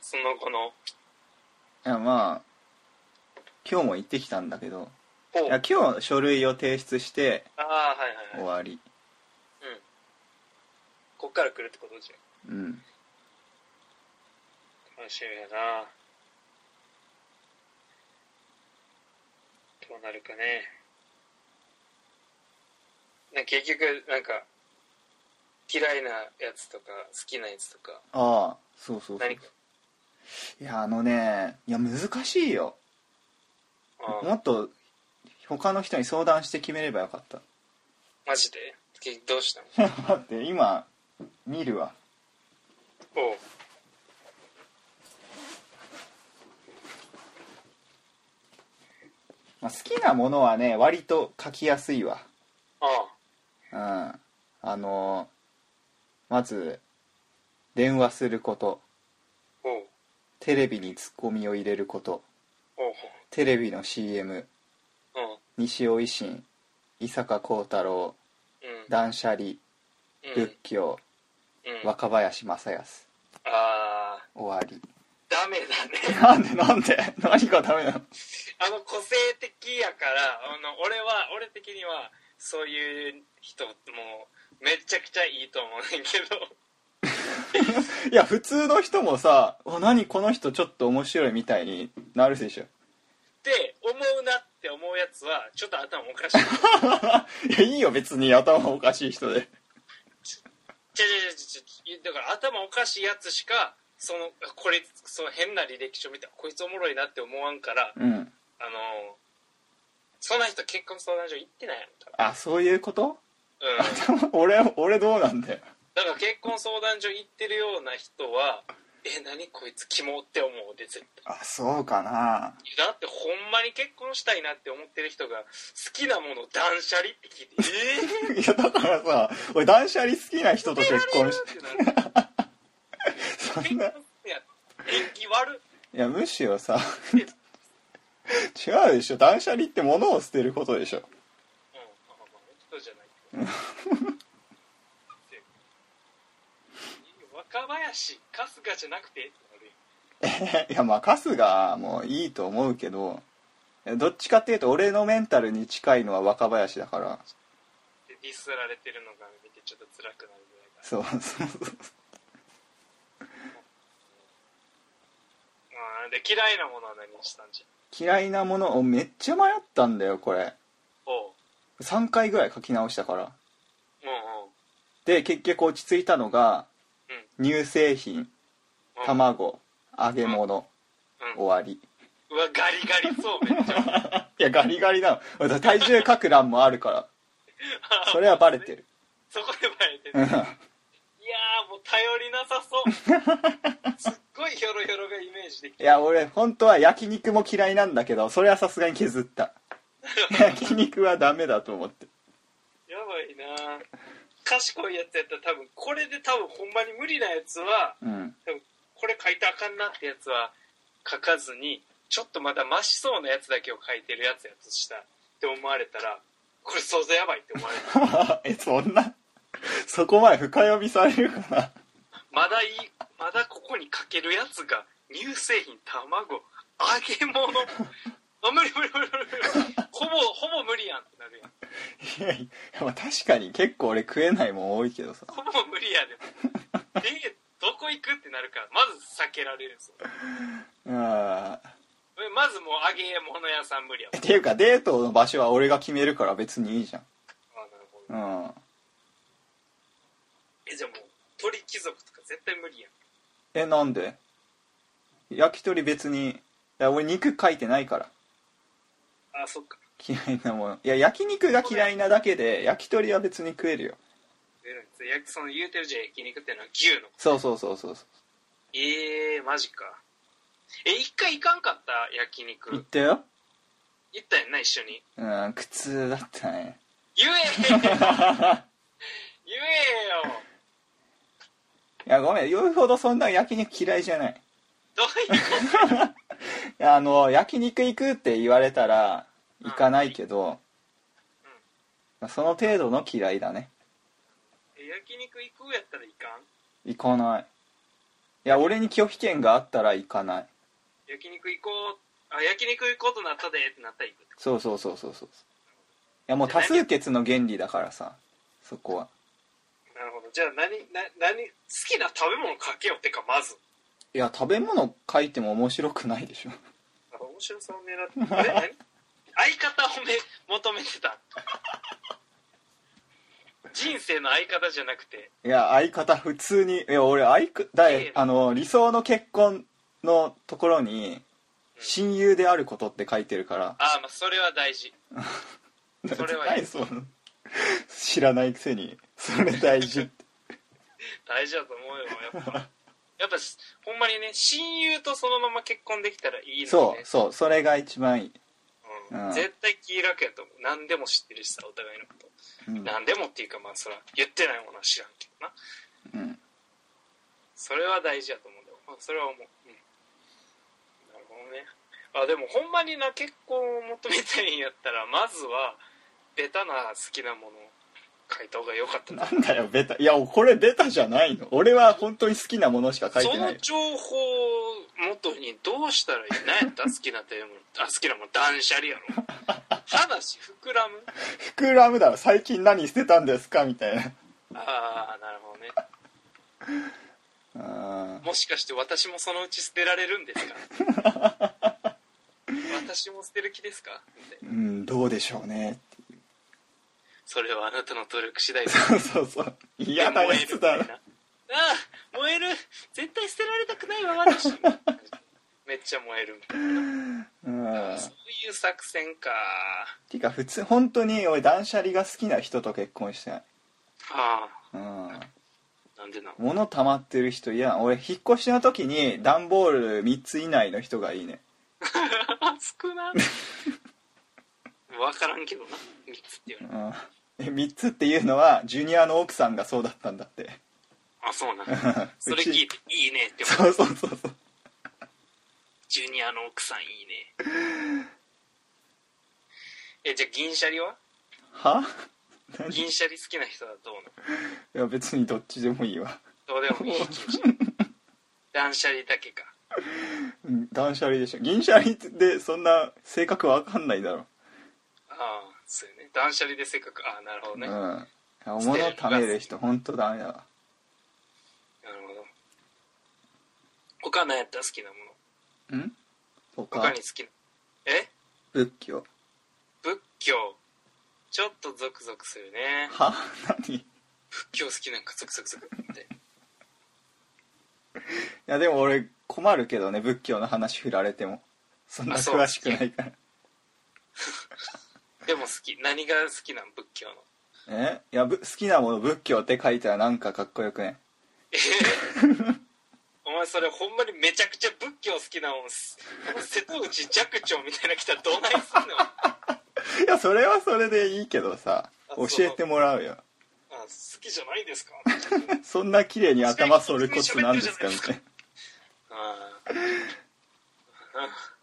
その後のいやまあ今日も行ってきたんだけどいほやう今日書類を提出してああはいはい終はいわりこっから来るってことじうんゃん楽しみだなどうなるかねな結局なんか嫌いなやつとか好きなやつとかああそうそうそう何いかやあのねいや難しいよああもっと他の人に相談して決めればよかった マジで結局どうしたの待って今見るわおうまあ、好きなものはね割と書きやすいわあうんあのまず電話することおうテレビにツッコミを入れることおうテレビの CM うん西尾維新伊坂幸太郎うん断捨う離ん仏教うん若林正康ああ終わりダメだねなんでなんで何がダメなのあの個性的やからあの俺は俺的にはそういう人もうめちゃくちゃいいと思うねんけど いや普通の人もさ「お何この人ちょっと面白い」みたいになるでしょで思うなって思うやつはちょっと頭おかしいいやいいよ別に頭おかしい人でちゃちゃちゃちゃだから頭おかしいやつしかそのこれその変な履歴書見てこいつおもろいなって思わんからうんあのそんな人結婚相談所行ってないやん多あそういうこと 分うん俺俺どうなんだよだから結婚相談所行ってるような人はえ何こいつキモって思うで絶対あそうかなだってほんまに結婚したいなって思ってる人が好きなもの断捨離って聞いてえいやだからさ俺断捨離好きな人とー、結婚し捨てられるってなるそ結んない婚いや縁起悪やむしろさ違うでしょ断捨離って物を捨てることでしょ うんまあまあ人じゃないけど若林春日じゃなくてってなるやんいやまあ春日もいいと思うけどどっちかっていうと俺のメンタルに近いのは若林だからでディスられてるのが見てちょっと辛くなるぐらいからそうそうそううんで嫌いなものは何したんじゃ嫌いなものをめっちゃ迷ったんだよこれおう3回ぐらい書き直したかうらんうんで結局落ち着いたのが乳製品うん卵揚げ物うん終わり うわガリガリそうめっちゃいやガリガリなのだから体重書く欄もあるからそれはバレてるそこでバレてるういやんーもう頼りなさそうすっごいヒョロヒョロがイメージできいや俺本当は焼肉も嫌いなんだけどそれはさすがに削った焼肉はダメだと思ってやばいなー賢いやつやったら多分これで多分ほんまに無理なやつはうん 多分これ書いてあかんなってやつは書かずにちょっとまだマシそうなやつだけを書いてるやつやとしたって思われたらこれ想像やばいって思われる えそんなそこまで深読みされるかなまだいいまだここに書けるやつが乳製品卵揚げ物あ無理無理無理無理無理ほぼほぼ無理やんってなるやんいやいやまあ確かに結構俺食えないもん多いけどさほぼ無理や で。えどこ行くってなるから、まず避けられるんですよ。うんまずもう揚げ物屋さん無理やもん。っていうかデートの場所は俺が決めるから別にいいじゃんあなるほどうんえ、じゃあもう、鳥貴族とか絶対無理やん。えなんで焼き鳥別にいや俺肉書いてないからあ、そっか。嫌いなものいや焼肉が嫌いなだけで焼き鳥は別に食えるよ出るんです焼きその言うてるじゃん、焼肉ってのは牛の。そうそうそうそうそうえー、マジか。え、一回行かんかった焼肉。言ったよ行ったやんな、一緒に。うん苦痛だったね 言え言えよいやごめん言うほどそんな焼肉嫌いじゃないどういうこいやあの焼肉行くって言われたら行かないけど、まあその程度の嫌いだねとえ焼肉行くやったら行かん行かないや俺に拒否権があったら行かない焼肉行こうあ焼肉行こうとなったでってなったら行くってこそうそうそうそうそういやもう多数決の原理だからさそこはとなるほどじゃあ何な何好きな食べ物かけようってかまずいや食べ物書いても面白くないでしょあ面白さを狙ってあれ 何相方をめ求めてた人生の相方じゃなくていや相方普通にいや俺相方だいあの理想の結婚のところに親友であることって書いてるからああまあそれは大事それはいい 何その知らないくせにそれ大 事って大事だと思うよやっぱ やっぱしほんまにね親友とそのまま結婚できたらいいのにねそうそうそれが一番いい、うんうん絶対気楽やと思う何でも知ってるしさお互いのこと、うん何でもっていうかまあそら言ってないものは知らんけどなうん、それは大事やと思うんだよ、まあ、それは思う、うん、なるほどねあでもほんまにな結婚を求めたいんやったら まずはベタな好きなものを書いた方が良かったななんだよベタいやこれベタじゃないの俺は本当に好きなものしか書いそてなのい情報を元にどうしたらいい何やった好きなテーマあ好きなもん断捨離やろ話膨らむ膨らむだろ最近何捨てたんですかみたいああなるほどねなもしかして私もそのうち捨てられるんですか 私も捨てる気ですかってうん、うん、どうでしょうね それはあなたの努力次第ですそうそうそう嫌なやつだ燃えるみ たろいなああ燃える絶対捨てられたくないわ 私めっちゃ燃えるみたいうんなそういう作戦かてか普通本当に俺断捨離が好きな人と結婚してないあうんあなんで な物溜まってる人嫌俺引っ越しの時に段ボール3つ以内の人がいいね少 な分からんけどな3つっていうのうんえ3つっていうのはジュニアの奥さんがそうだったんだってあ そうなんだ それ聞いていいねって思うそうそうそうそうジュニアの奥さんいいねえじゃあ銀シャリはは何い銀シャリ好きな人はどうなのや別にどっちでもいいわどうでもいい銀シャリ断捨離だけかうん断捨離でしょ銀シャリでそんな性格わかんないだろ、ああそうよね断捨離でせっかくああなるほどうんいね、なるや物溜める人本当ダメだわほど他何やったら好きなものうん他他に好きなえ仏教仏教ちょっとゾクゾクするねは 何い仏教好きなんかゾクゾクゾクってやでも俺困るけどね仏教の話振られてもそんなあそう詳しくないからでも好き何が好きなん仏教のえいやぶ好きなもの仏教って書いたらなんかかっこよくねえー お前それほんまにめちゃくちゃ仏教好きなもんす瀬戸内寂聴みたいなの来たらどないすんの あいやそれはそれでいいけどさあ教そうえてもらうよ 好きじゃないですか そんな綺麗に頭剃るコツなんですかみ喋ったていああ